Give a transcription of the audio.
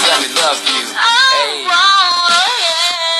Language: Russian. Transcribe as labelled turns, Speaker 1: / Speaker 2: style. Speaker 1: граждане